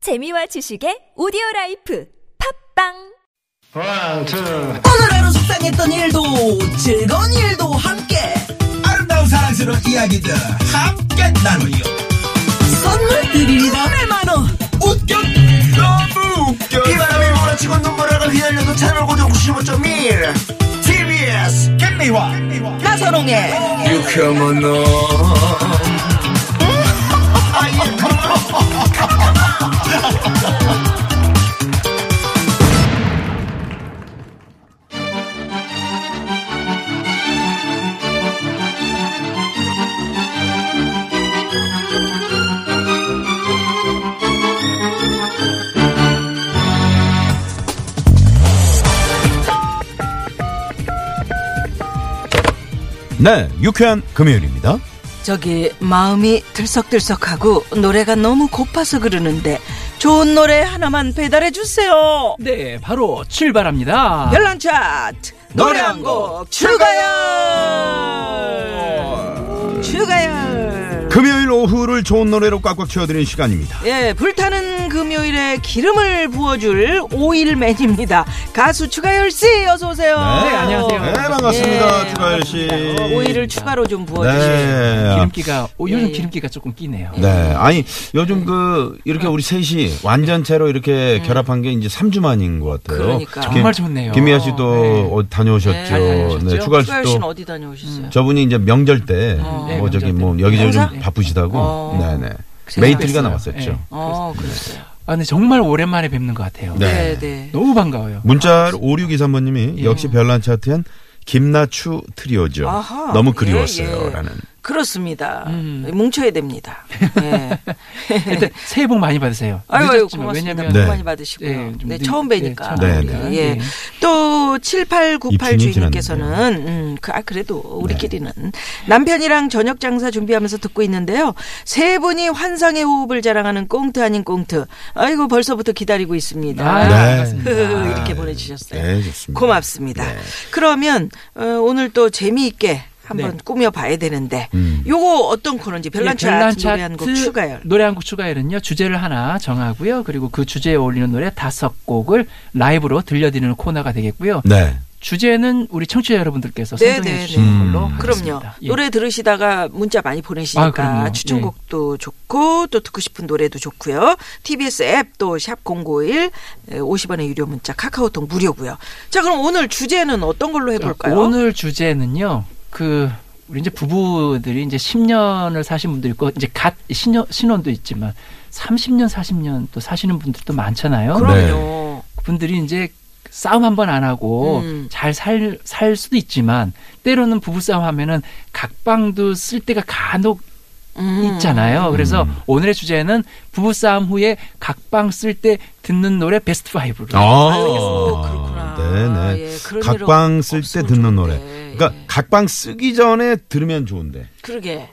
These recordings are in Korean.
재미와 지식의 오디오 라이프 팝빵 One, two. 오늘 하루 속상했던 일도 즐거운 일도 함께 아름다운 사랑스러운 이야기들 함께 나누요 선물 드립니다 100만원 웃겨 너무 웃겨 이 바람이 몰아치고 눈물을 휘날려도 채널 고정 95.1 TBS 겟미와 나선홍의 유쾌한 너 네, 유쾌한 금요일입니다. 저기 마음이 들썩들썩하고 노래가 너무 고파서 그러는데 좋은 노래 하나만 배달해주세요 네, 바로 출발합니다. 열란 차트 노래 한 곡 추가열 추가열 금요일 오후를 좋은 노래로 꽉꽉 채워드리는 시간입니다. 예, 불타는 금요일에 기름을 부어줄 오일맨입니다. 가수 추가열 씨, 어서 오세요. 네, 안녕하세요. 네, 반갑습니다. 예, 추가열 씨. 반갑습니다. 어, 오일을 추가로 좀 부어주세요. 네. 기름기가, 오, 요즘 예, 예. 기름기가 조금 끼네요. 네. 아니, 요즘 그, 이렇게 우리 셋이 완전체로 이렇게 결합한 게 이제 3주 만인 것 같아요. 그러니까. 정말 좋네요. 김희아 씨도 네. 어, 다녀오셨죠. 예, 네, 잘 다녀오셨죠? 그렇죠. 추가열 추가열 씨는 씨도. 음. 어디 다녀오셨어요? 저분이 이제 명절 때, 네, 뭐 명절 저기 때. 뭐 여기저기 좀 행사? 바쁘시다고. 어. 네네. 그래서 메이트리가 그랬어요. 나왔었죠. 네. 어, 그랬어요. 아, 근데 정말 오랜만에 뵙는 것 같아요. 네. 네, 네. 너무 반가워요. 문자 5623번님이 예. 역시 별난 차트엔 김나추 트리오죠. 아하. 예, 너무 예. 그리웠어요라는. 그렇습니다. 음. 뭉쳐야 됩니다. 예. 일단 새해 복 많이 받으세요. 아유, 아유, 늦었지만 고맙습니다. 왜냐면 네. 복 많이 받으시고요. 네, 네, 좀 늦- 처음 네, 뵈니까. 처음 네, 우리. 네. 예. 네. 또 7898 입춘이 지났는데. 주인님께서는 음, 그, 아 그래도 우리끼리는 남편이랑 저녁 장사 준비하면서 듣고 있는데요. 세 분이 환상의 호흡을 자랑하는 꽁트 아닌 꽁트. 아이고 벌써부터 기다리고 있습니다. 아, 네. 반갑습니다. 흐흐, 이렇게 보내주셨어요. 네, 좋습니다. 고맙습니다. 네. 그러면 어, 오늘 또 재미있게 한번 네. 꾸며봐야 되는데 음. 요거 어떤 코너인지 별난 예, 별난 차트 노래 한곡 추가열. 노래 한 곡 추가열은요. 주제를 하나 정하고요. 그리고 그 주제에 어울리는 노래 다섯 곡을 라이브로 들려드리는 코너가 되겠고요. 네. 주제는 우리 청취자 여러분들께서 네, 네, 선정해 주시는 네. 걸로 음. 그럼요. 하겠습니다. 예. 노래 들으시다가 문자 많이 아, 보내시니까 그럼요. 추천곡도 좋고 또 듣고 싶은 노래도 좋고요. TBS 앱 또 샵 051 50원의 유료 문자 카카오톡 무료고요. 자, 그럼 오늘 주제는 어떤 걸로 해 볼까요? 오늘 주제는요. 그 우리 이제 부부들이 이제 10년을 사신 분도 있고 이제 갓 신혼, 신혼도 있지만 30년, 40년 또 사시는 분들도 많잖아요. 네. 그럼- 그럼요. 그분들이 이제 싸움 한 번 안 하고 음. 잘 살 살 수도 있지만 때로는 부부 싸움 하면은 각방도 쓸 때가 간혹 음. 있잖아요. 그래서 오늘의 주제는 부부 싸움 후에 각방 쓸 때 듣는 노래 베스트 5로. 아이고, 그렇구나. 네네. 예, 그런 각방 일은 쓸 때 없으면 듣는 좋은데. 노래. 그러니까 예. 각방 쓰기 전에 들으면 좋은데. 그러게.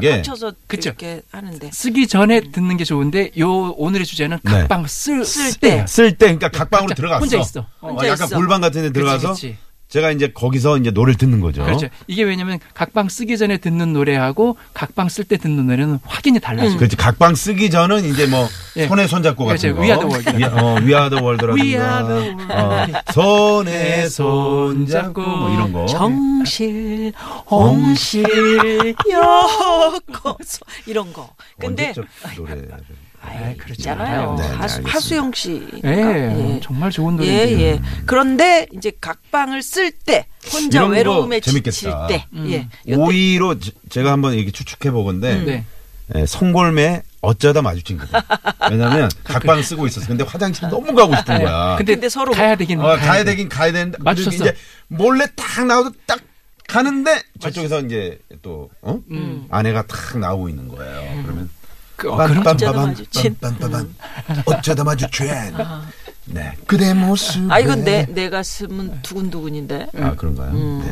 그래서 게- 합쳐서 그쵸. 이렇게 하는데. 쓰기 전에 듣는 게 좋은데 요 오늘의 주제는 네. 각방 쓸, 쓸 때. 때예요. 쓸 때 그러니까 각방으로 혼자- 들어갔어. 혼자 있어. 어, 혼자 약간 있어. 골방 같은 데 들어가서 그치, 그치. 제가 이제 거기서 이제 노래를 듣는 거죠. 그렇죠. 이게 왜냐면 각방 쓰기 전에 듣는 노래하고 각방 쓸 때 듣는 노래는 확연히 달라져요. 그렇죠. 그렇지. 각방 쓰기 전은 이제 뭐 예. 손에 손잡고 같은 그렇죠. 거. We are the world. 위- 어, 위아더 We are the 월드라든가. world. 어, 손에 손잡고 뭐 이런 거. 정실, 홍실, 여고 이런 거. 근데 언제적 노래를. 아, 있잖아요. 네, 네, 하수, 알겠습니다. 하수영 씨. 예, 정말 좋은 예, 노래인데요. 예. 그런데 이제 각방을 쓸 때, 혼자 이런 거 외로움에 재밌겠다. 음. 지칠 때, 예. 음. 오이로 제- 제가 한번 이렇게 추측해 보건데 예, 네. 성골매 어쩌다 마주친 거다. 왜냐면 각방 쓰고 있었어. 근데 화장실 너무 가고 싶은 거야. 근데, 네. 아, 근데 서로- 서로 가야 되긴 아. 어, 가야 돼. 되긴 가야 되는데 맞췄어. 이제 몰래 딱 나와서 딱 가는데 저쪽에서 이제 또 어? 아내가 탁 나오고 있는 거예요. 그러면 그, 어, 그럼 음. 어쩌다 마주친. 음. 빰빰빰빰 어쩌다 마주친 네 그대 모습 아, 이건 내, 내가 쓰면 두근두근인데. 네. 음. 아 그런가요?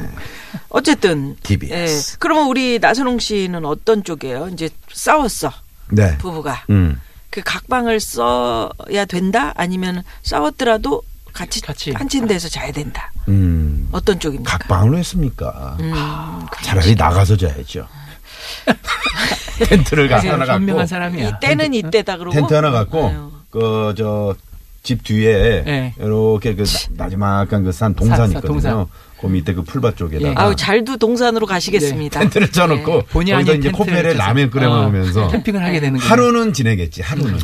어쨌든. TBS. 예. 그러면 우리 나선홍 씨는 어떤 쪽이에요? 이제 싸웠어. 네. 네. 부부가. 음. 그 각방을 써야 된다? 아니면 싸웠더라도 같이, 같이. 한 침대에서 자야 된다? 음. 어떤 쪽입니까? 각방으로 했습니까? 그렇죠. 음, 그- 차라리 나가서 자야죠. 텐트를 가- 하나 선명한 갖고 사람이야. 어. 이때는 이때다 그러고. 텐트 하나 갖고 아유. 그 저 집 뒤에 네. 이렇게 그 나- 나지막한 그 산 동산 산, 산, 있거든요. 동산. 그 밑에 그 풀밭 예. 쪽에다가 네. 아우 잘도 동산으로 가시겠습니다. 텐트를 쳐놓고 본의 거기서 아닌 이제 텐트를 코펠에 쳐서. 라면 끓여 어, 먹으면서 캠핑을 하게 되는 거예요. 하루는 지내겠지. 하루는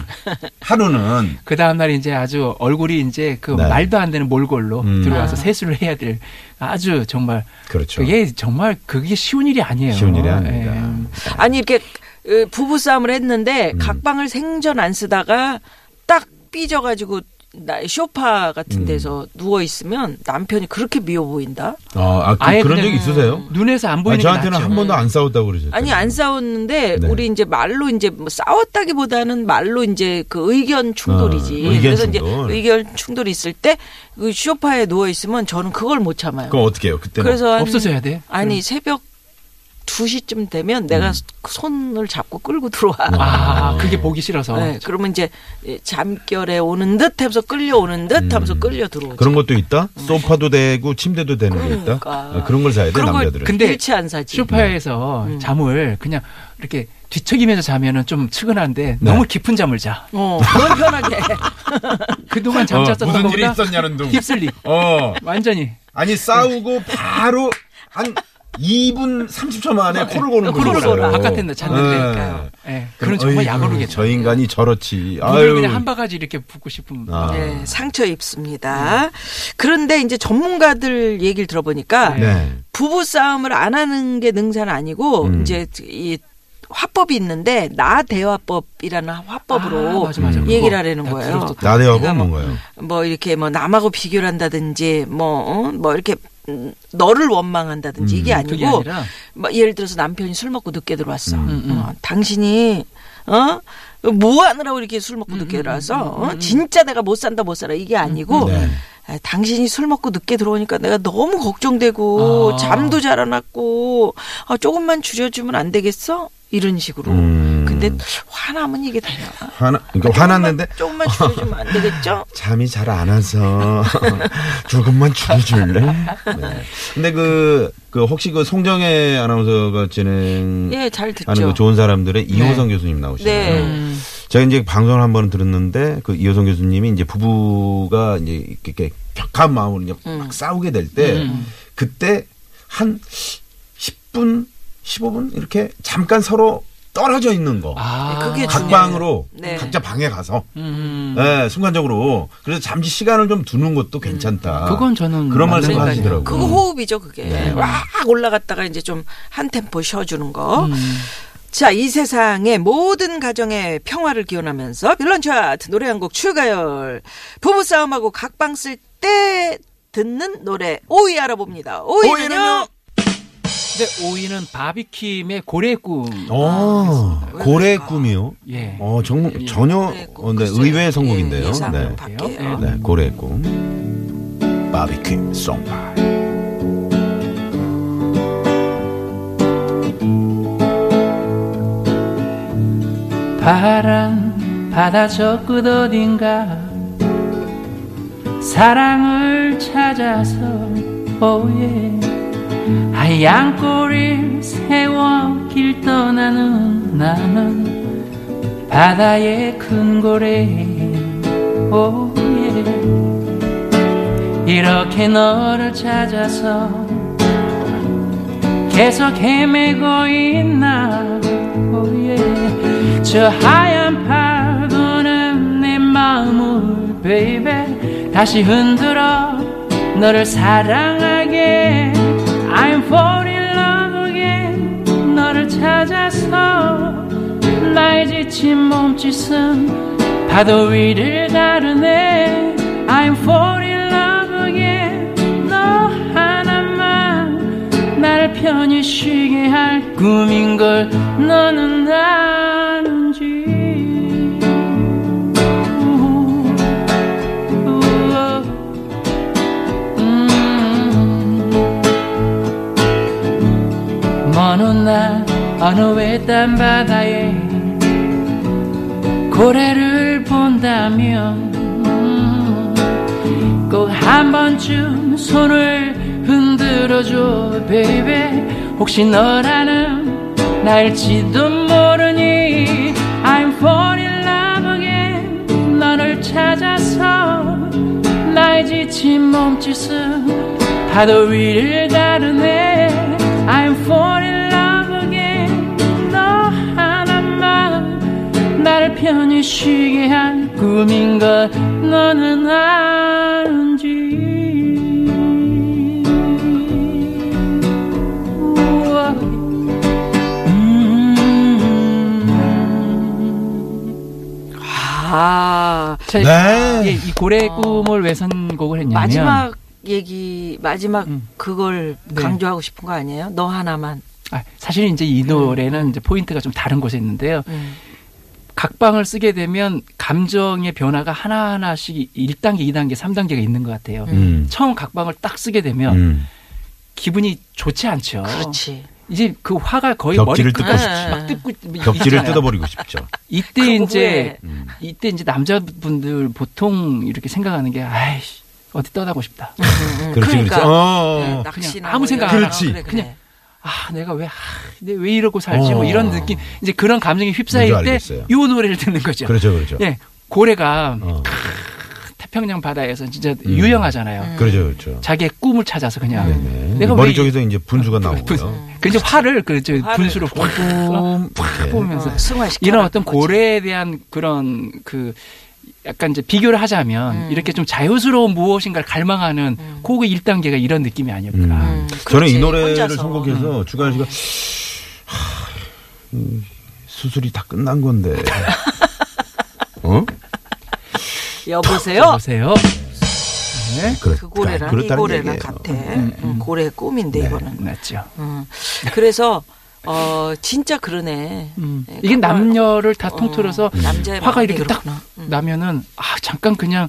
하루는 그 다음 날 이제 아주 얼굴이 이제 그 네. 말도 안 되는 몰골로 음. 아. 들어와서 세수를 해야 될 아주 정말 그렇죠. 그게 정말 그게 쉬운 일이 아니에요. 쉬운 일이 예. 아닙니다. 그 아니 이렇게 부부 싸움을 음. 했는데 각방을 생전 안 쓰다가 딱 삐져가지고 나 쇼파 음. 같은 데서 누워 있으면 남편이 그렇게 미워 보인다. 어, 아, 아예 그, 그런 그냥- 적 있으세요? 눈에서 안 아, 보이는 게 저한테는 낫죠. 한 번도 안 싸웠다고 그러셨어요. 아니 안 싸웠는데 그렇죠. 네. 우리 이제 말로 이제 뭐 싸웠다기보다는 말로 이제 그 의견 충돌이지. 어, 의견 그래서 충돌. 이제 의견 충돌이 있을 때 그 쇼파에 누워 있으면 저는 그걸 못 참아요. 그럼 어떻게 해요? 음. 그때는 그래서 한- 없어져야 돼. 아니 새벽 2시쯤 되면 음. 내가 손을 잡고 끌고 들어와. 아, 그게 보기 싫어서. 네, 그러면 이제 잠결에 오는 듯 하면서 끌려오는 듯 하면서 끌려 들어오지. 음. 그런 것도 있다? 소파도 되고 침대도 되는 게 있다? 그러니까. 아, 그런 걸 사야 돼 그런 걸 남자들은. 근데 일치 안 사지. 음. 쇼파에서 잠을 그냥 이렇게 뒤척이면서 자면은 좀 측은한데 네. 너무 깊은 잠을 자. 어, 넌 편하게. 그동안 잠잤던 어, 무슨 일이 것보다 있었냐는 둥. 휩쓸리. 어. 완전히 아니 싸우고 바로 한 2분 30초 만에 코를 고는 코를 거예요. 골아. 바깥에 잤는데. 네. 예, 그런 정말 약오르겠죠. 네. 저 인간이 저렇지. 물을 아유. 그냥 한 바가지 이렇게 붓고 싶은 아. 네, 상처 입습니다. 그런데 이제 전문가들 얘기를 들어보니까 네. 부부 싸움을 안 하는 게 능사는 아니고 음. 이제 이 화법이 있는데 나 대화법이라는 화법으로 아, 맞아, 맞아. 얘기를 그거. 하라는 나 거예요. 들었었다. 음. 나대하고 뭔가요? 뭐 이렇게 뭐 남하고 비교를 한다든지 뭐 뭐 이렇게 음, 너를 원망한다든지 이게 음, 그게 아니고 아니라 뭐 예를 들어서 남편이 술 먹고 늦게 들어왔어. 음, 어, 당신이 어? 뭐 하느라고 이렇게 술 음, 먹고 늦게 들어와서 어? 진짜 내가 못 산다 못 살아 이게 아니고 음, 네. 아, 당신이 술 먹고 늦게 들어오니까 내가 너무 걱정되고 아. 잠도 잘 안 왔고 아, 조금만 줄여주면 안 되겠어? 이런 식으로. 음. 근데 화나면 이게 되나? 화나 그러니까 화났는데 조금만 줄여주면 안 되겠죠? 잠이 잘 안 와서 조금만 줄여줄래? 네. 근데 그, 그 혹시 그 송정혜 아나운서가 진행 예, 잘 듣죠. 하는 그 좋은 사람들의 이호성 교수님 나오시잖아요. 네. 제가 이제 방송을 한 번 들었는데 그 이호성 교수님이 이제 부부가 이제 이렇게- 이렇게 격한 마음으로 이제 막 싸우게 될 때 그때 한 10분, 15분 이렇게 잠깐 서로 떨어져 있는 거. 아, 예, 그게 각방으로 네. 각자 방에 가서 음, 예, 순간적으로 그래서 잠시 시간을 좀 두는 것도 괜찮다. 음. 그건 저는 아. 그런 맞는 말씀을 거 아니에요. 하시더라고요. 그거 호흡이죠, 그게. 네. 막 올라갔다가 이제 좀 한 템포 쉬어주는 거. 음. 자, 이 세상의 모든 가정의 평화를 기원하면서 빌런 차트 노래 한 곡 추가열. 부부싸움하고 각방 쓸 때 듣는 노래 5위 알아봅니다. 5위는요? 근데 오이는 바비킴의 고래의 꿈. 어, 고래 꿈이요. 예. 어, 정, 전혀 어, 네, 의외의 예, 선곡인데요. 예상은 네. 밖에요. 네, 고래 꿈. 바비큐 송파. 파란 바다 저 끝 어딘가 사랑을 찾아서 오예 하얀 꼬리 세워 길 떠나는 나는 바다의 큰 고래 오예 이렇게 너를 찾아서 계속 헤매고 있나 오예 저 하얀 파도는 내 마음을 베이베 다시 흔들어 너를 사랑하게 I'm fall in love again 너를 찾아서 나의 지친 몸짓은 파도 위를 가르네 I'm fall in love again 너 하나만 날 편히 쉬게 할 꿈인 걸 너는 아는지 음. 먼 훗날 어느 외딴 바다에 고래를 본다면 음, 꼭 한번쯤 손을 흔들어줘 베이베 혹시 너라는 날지도 모르니 I'm falling in love again 너를 찾아서 나의 지친 몸짓은 파도 위를 가르네 I'm falling in love again 너 하나만 나를 편히 쉬게 한 꿈인 걸 너는 아는지 우와. 음. 아, 자, 네. 예, 이 고래 꿈을 왜 선곡을 했냐면 마지막 얘기, 마지막 음. 그걸 네. 강조하고 싶은 거 아니에요? 너 하나만. 아, 사실 이제 이 노래는 이제 포인트가 좀 다른 곳에 있는데요. 음. 각방을 쓰게 되면 감정의 변화가 하나하나씩 1단계, 2단계, 3단계가 있는 것 같아요. 음. 처음 각방을 딱 쓰게 되면 음. 기분이 좋지 않죠. 어. 그렇지. 이제 그 화가 거의 벽지를 머리끝까지 뜯고 싶지. 막 뜯고 벽지를 있잖아요. 뜯어버리고 싶죠. 이때 그거 이제 후에. 음. 이때 이제 남자분들 보통 이렇게 생각하는 게 아이씨 어디 떠나고 싶다. 음, 그렇지, 그러니까. 그렇지. 어, 네, 어. 낚시나 아무 뭐 생각 이런 안 거. 하고. 그렇지. 그래, 그래. 그냥 아 내가 왜 아, 내왜 이러고 살지 뭐 어. 이런 느낌 이제 그런 감정이 휩싸일 뭔지 때 알겠어요. 이 노래를 듣는 거죠. 그렇죠, 그렇죠. 예, 고래가 어. 태평양 바다에서 진짜 음. 유명하잖아요. 그렇죠, 그렇죠. 자기의 꿈을 찾아서 그냥 네네. 내가 머리 왜 쪽에서 이제 분수가 나오고요. 분- 그 이제 화를 그저 화를 분수로 팍 네. 뽑으면서 어, 승화시켜. 이런 어떤 고래에 대한 그런 그 약간 이제 비교를 하자면 음. 이렇게 좀 자유스러운 무엇인가를 갈망하는 그게 1단계가 이런 느낌이 음. 아닐까. 저는 그렇지, 이 노래를 혼자서. 선곡해서 주간 씨가 하, 이 수술이 다 끝난 건데. 어? 여보세요? 여보세요? 네. 그렇, 그 고래랑 이 그렇다는 고래랑 얘기예요. 같아. 음, 고래의 네. 꿈인데 이거는. 맞죠. 음. 그래서 어 진짜 그러네. 음. 네, 이게 깜빡- 남녀를 다 어, 통틀어서 남자의 화가 마음이 이렇게 딱 그렇구나. 음. 나면은 아 잠깐 그냥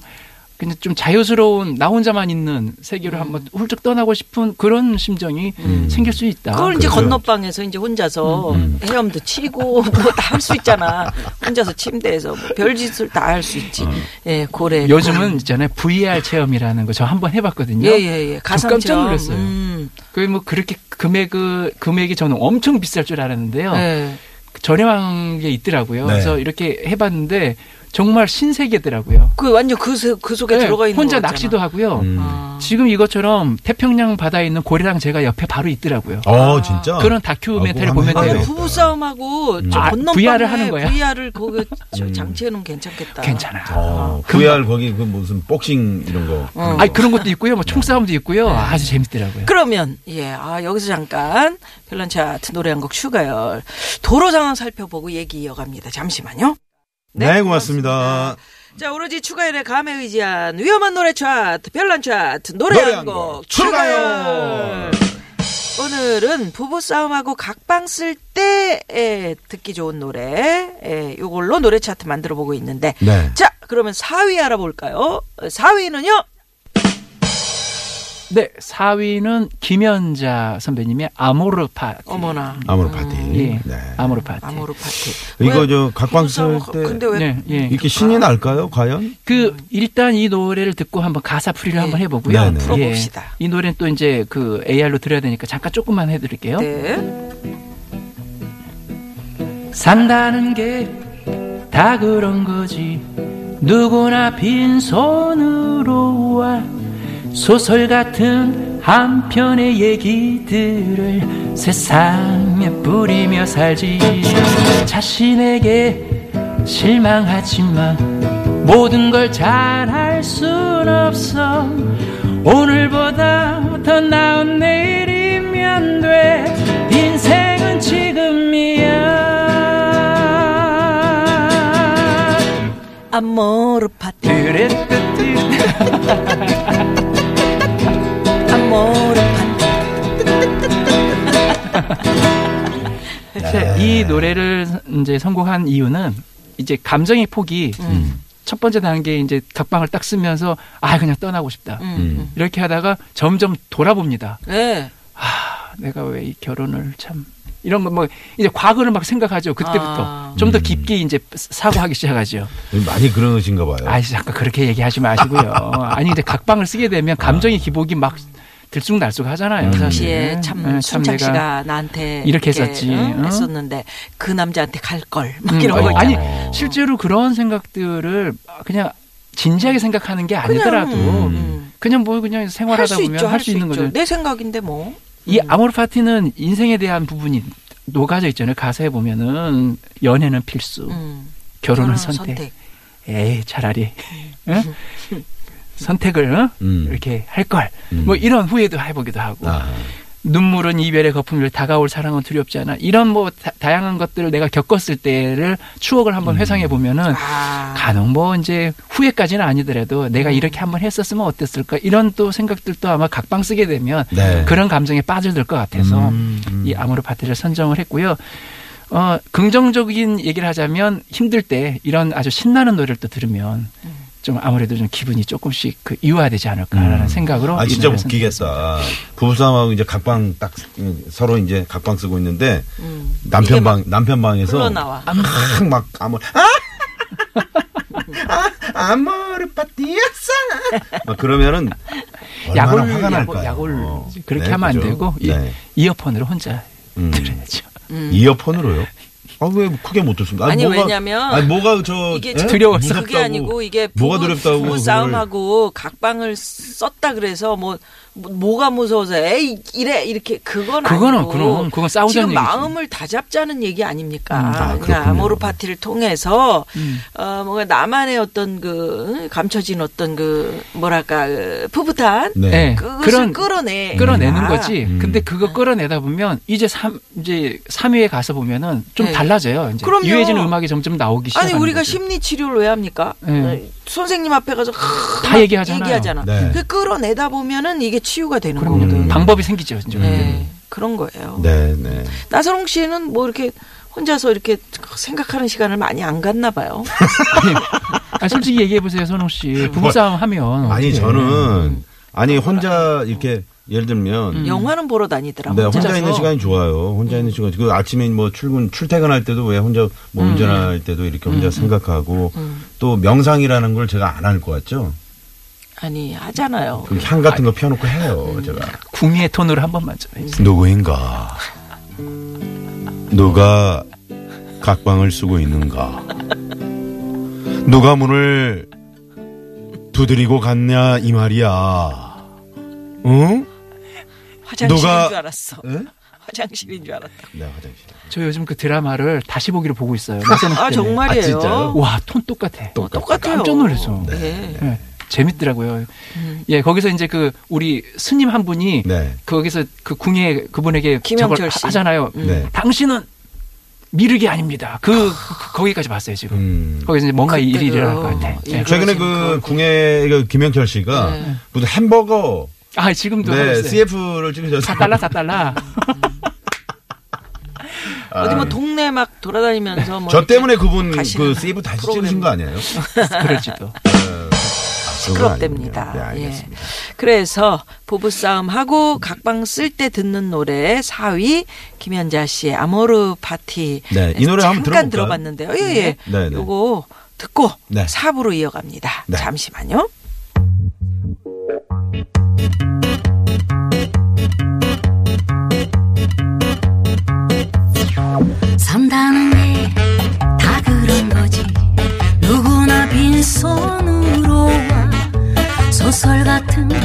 그냥 좀 자유스러운 나 혼자만 있는 세계로 음. 한번 훌쩍 떠나고 싶은 그런 심정이 생길 수 있다. 그걸 이제 그렇죠. 건너방에서 이제 혼자서 음, 헤엄도 치고 뭐 다 할 수 있잖아. 혼자서 침대에서 뭐 별짓을 다 할 수 있지. 예, 고래. 그 요즘은 있잖아요 VR 체험이라는 거 저 한번 해봤거든요. 예예예 가상 깜짝 놀랐어요. 음. 그게 뭐 그렇게 금액을 금액이 저는 엄청 비쌀 줄 알았는데요. 예. 저렴한 게 있더라고요. 네. 그래서 이렇게 해봤는데 정말 신세계더라고요. 그 완전 그, 세- 그 속에 네, 들어가 있는 혼자 거잖아. 낚시도 하고요. 음. 아. 지금 이것처럼 태평양 바다에 있는 고래랑 제가 옆에 바로 있더라고요. 어, 진짜. 그런 다큐멘터리 아, 보면 그거 아유 하면 돼요. 되겠다. 부부 싸움하고 음. 네. 아, 건너방에 VR 를 하는 거야? 음. VR을 거기 장치해놓으면 괜찮겠다. 괜찮아. 어, VR 거기 그 무슨 복싱 이런 거. 네, 어. 아니 그런 것도 있고요. 뭐 총싸움도 있고요. 아주 재밌더라고요. 네. 그러면 예, 아 여기서 잠깐 별난 차트 노래 한 곡 추가열 도로 상황 살펴보고 얘기 이어갑니다. 잠시만요. 네, 고맙습니다. 자, 오로지 추가열의 감에 의지한 위험한 노래 차트, 별난 차트, 노래, 노래 한 한 곡 곡 추가열! 추가열! 오늘은 부부싸움하고 각방 쓸 때, 에, 듣기 좋은 노래, 에, 요걸로 노래 차트 만들어 보고 있는데. 네. 자, 그러면 4위 알아볼까요? 4위는요? 네, 4위는 김연자 선배님의 아모르 파티. 어머나. 아무로 파티. 예, 네. 아모르 파티. 암호로 파티. 이거 왜 저 각광 쓸 부부싸움하고- 때 근데 왜 네, 예. 이렇게 신이 날까요? 과연? 그 일단 이 노래를 듣고 한번 가사 풀이를 한번 해보고요. 예. 네네. 풀어봅시다. 이 노래는 또 이제 그 AR로 들어야 되니까 잠깐 조금만 해드릴게요. 네. 산다는 게 다 그런 거지 누구나 빈손으로 와 소설 같은 한 편의 얘기들을 세상에 뿌리며 살지 자신에게 실망하지만 모든 걸 잘할 순 없어 오늘보다 더 나은 내일이면 돼 인생은 지금이야 암호로 파티. 뚜레뚜뚜. 암호로 파티. 네. 이 노래를 이제 선곡한 이유는 이제 감정의 폭이 음. 첫 번째 단계 이제 각방을 딱 쓰면서 아 그냥 떠나고 싶다 음. 이렇게 하다가 점점 돌아봅니다. 네. 아 내가 왜 이 결혼을 참 이런 거 뭐 이제 과거를 막 생각하죠 그때부터 아. 좀 더 깊게 이제 사고하기 시작하죠. 많이 그러신가 봐요. 아 잠깐 그렇게 얘기하지 마시고요. 아니 이제 각방을 쓰게 되면 감정의 기복이 막 들쑥날쑥 하잖아요. 사실. 당시에 예, 참 네, 순창 내가 씨가 나한테 이렇게 했었지. 응? 어? 했었는데 그 남자한테 갈 걸 막 음, 이런 거 어. 아니, 있잖아. 있잖아요. 실제로 그런 생각들을 그냥 진지하게 생각하는 게 아니더라도 음. 그냥 뭐 그냥 할 생활하다 수 있죠. 보면 할 할 수 수 있는 있죠. 네. 거죠. 내 생각인데 뭐. 이 아모르 파티는 인생에 대한 부분이 녹아져 있잖아요. 가사에 보면은 연애는 필수, 음. 결혼은 결혼 선택. 에이 차라리 응? 선택을 어? 음. 이렇게 할 걸. 음. 뭐 이런 후회도 해보기도 하고. 아, 눈물은 이별의 거품을 다가올 사랑은 두렵지 않아. 이런 뭐 다, 양한 것들을 내가 겪었을 때를 추억을 음. 한번 회상해 보면은 아. 간혹 뭐 이제 후회까지는 아니더라도 내가 음. 이렇게 한번 했었으면 어땠을까 이런 또 생각들도 아마 각방 쓰게 되면 네. 그런 감정에 빠져들 것 같아서 음, 음. 이 아모르 파티를 선정을 했고요. 어, 긍정적인 얘기를 하자면 힘들 때 이런 아주 신나는 노래를 또 들으면 좀 아무래도 좀 기분이 조금씩 그 이화되지 않을까라는 음. 생각으로 아 어, 이 진짜 노래를 선- 웃기겠다. 부부싸움하고 이제 각방 딱 음, 서로 이제 각방 쓰고 있는데 음. 이게 남편 막 방 남편 방에서 흘러나와. 막막 아무 아! 아, 아모르 파티였어. 막 그러면은 얼마나 약올 화가 약올, 날까요? 약올 어. 그렇게 네, 하면 안 그죠? 되고 예. 이- 네. 이어폰으로 혼자 음. 들어야죠. 이어폰으로요? 아 왜 크게 못 듣습니까? 아니, 왜냐면 아니 뭐가 저 이게 예? 두려워서 무섭다고. 그게 아니고 이게 부부, 뭐가 두렵다고 부부 그걸- 싸움하고 각방을 썼다 그래서 뭐, 뭐, 가 무서워서 에이 이래 이렇게 그건 그거는 아니고 그럼, 그건 싸우자는 지금 얘기지. 마음을 다잡자는 얘기 아닙니까? 아, 그냥 그렇군요. 아모르 파티를 통해서 어 뭔가 나만의 어떤 그 감춰진 어떤 그 뭐랄까 그 풋풋한 네. 예, 그것을 끌어내 끌어내는 아. 거지. 음. 근데 그거 끌어내다 보면 이제 삼 이제 3위에 가서 보면은 좀 네. 달라져요. 이제 그럼요. 유해진 음악이 점점 나오기 시작하는 아니 우리가 거죠. 심리 치료를 왜 합니까? 네. 선생님 앞에 가서 다 얘기하잖아요. 얘기하잖아. 네. 그 끌어내다 보면은 이게 치유가 되는 그럼요. 음. 거거든. 방법이 생기죠. 이제. 네, 그런 거예요. 네, 네. 나선홍 씨는 뭐 이렇게 혼자서 이렇게 생각하는 시간을 많이 안 갔나 봐요. 아니, 아니, 솔직히 얘기해 보세요, 선홍 씨. 부부싸움 하면 아니 어떡해. 네. 음. 저는 아니 혼자 이렇게 예를 들면 영화는 보러 다니더라고요. 네, 혼자 음. 혼자서. 있는 시간이 좋아요. 혼자 음. 있는 시간. 그 아침에 뭐 출근 출퇴근할 때도 왜 혼자 뭐 운전할 때도 이렇게 음. 혼자 생각하고 또 명상이라는 걸 제가 안 할 것 같죠. 아니 하잖아요. 음. 그향 같은 거 펴놓고 해요. 음. 제가 궁의 톤으로 한 번만 좀. 누구인가 누가 각방을 쓰고 있는가 누가 문을 두드리고 갔냐 이 말이야. 응? 화장실인 누가- 줄 알았어. 네? 화장실인 줄 알았다. 네 화장실. 저 요즘 그 드라마를 다시 보기로 보고 있어요. 나선홍 아 때문에. 아, 정말이에요. 진짜요? 와, 톤 똑같아. 어, 똑같아요. 깜짝 놀랐어. 네. 예, 재밌더라고요. 음. 예, 거기서 이제 그 우리 스님 한 분이 네. 거기서 그 궁예 그분에게 김영철 저걸 하- 씨. 음. 하잖아요. 네. 당신은 미륵이 아닙니다. 그, 그- 거기까지 봤어요 지금. 음. 거기서 이제 뭔가 일이 그때요. 일어날 것 같아. 예. 예. 최근에 그러시니까. 그 궁예 그 김영철 씨가 네. 무슨 햄버거 아 지금도 하고 네 있어요. CF를 다 찍으셨어요. 달라 다 달라. 어디 아. 뭐 동네 막 돌아다니면서 뭐 저 이렇게 때문에 그분 가시는 그 CF 다시 프로그램. 찍으신 거 아니에요? 그럴지도. 시끄럽답니다. 예. 네, 알겠습니다. 그래서 부부싸움하고 각방 쓸 때 듣는 노래 4위 김연자 씨의 아모르 파티. 네, 이 노래 잠깐 한번 들어볼까요? 들어봤는데요. 예, 예. 네, 네. 요거 듣고 네. 4부로 이어갑니다. 네. 잠시만요. 산다는 게 다 그런 거지 누구나 빈손으로 와 소설 같은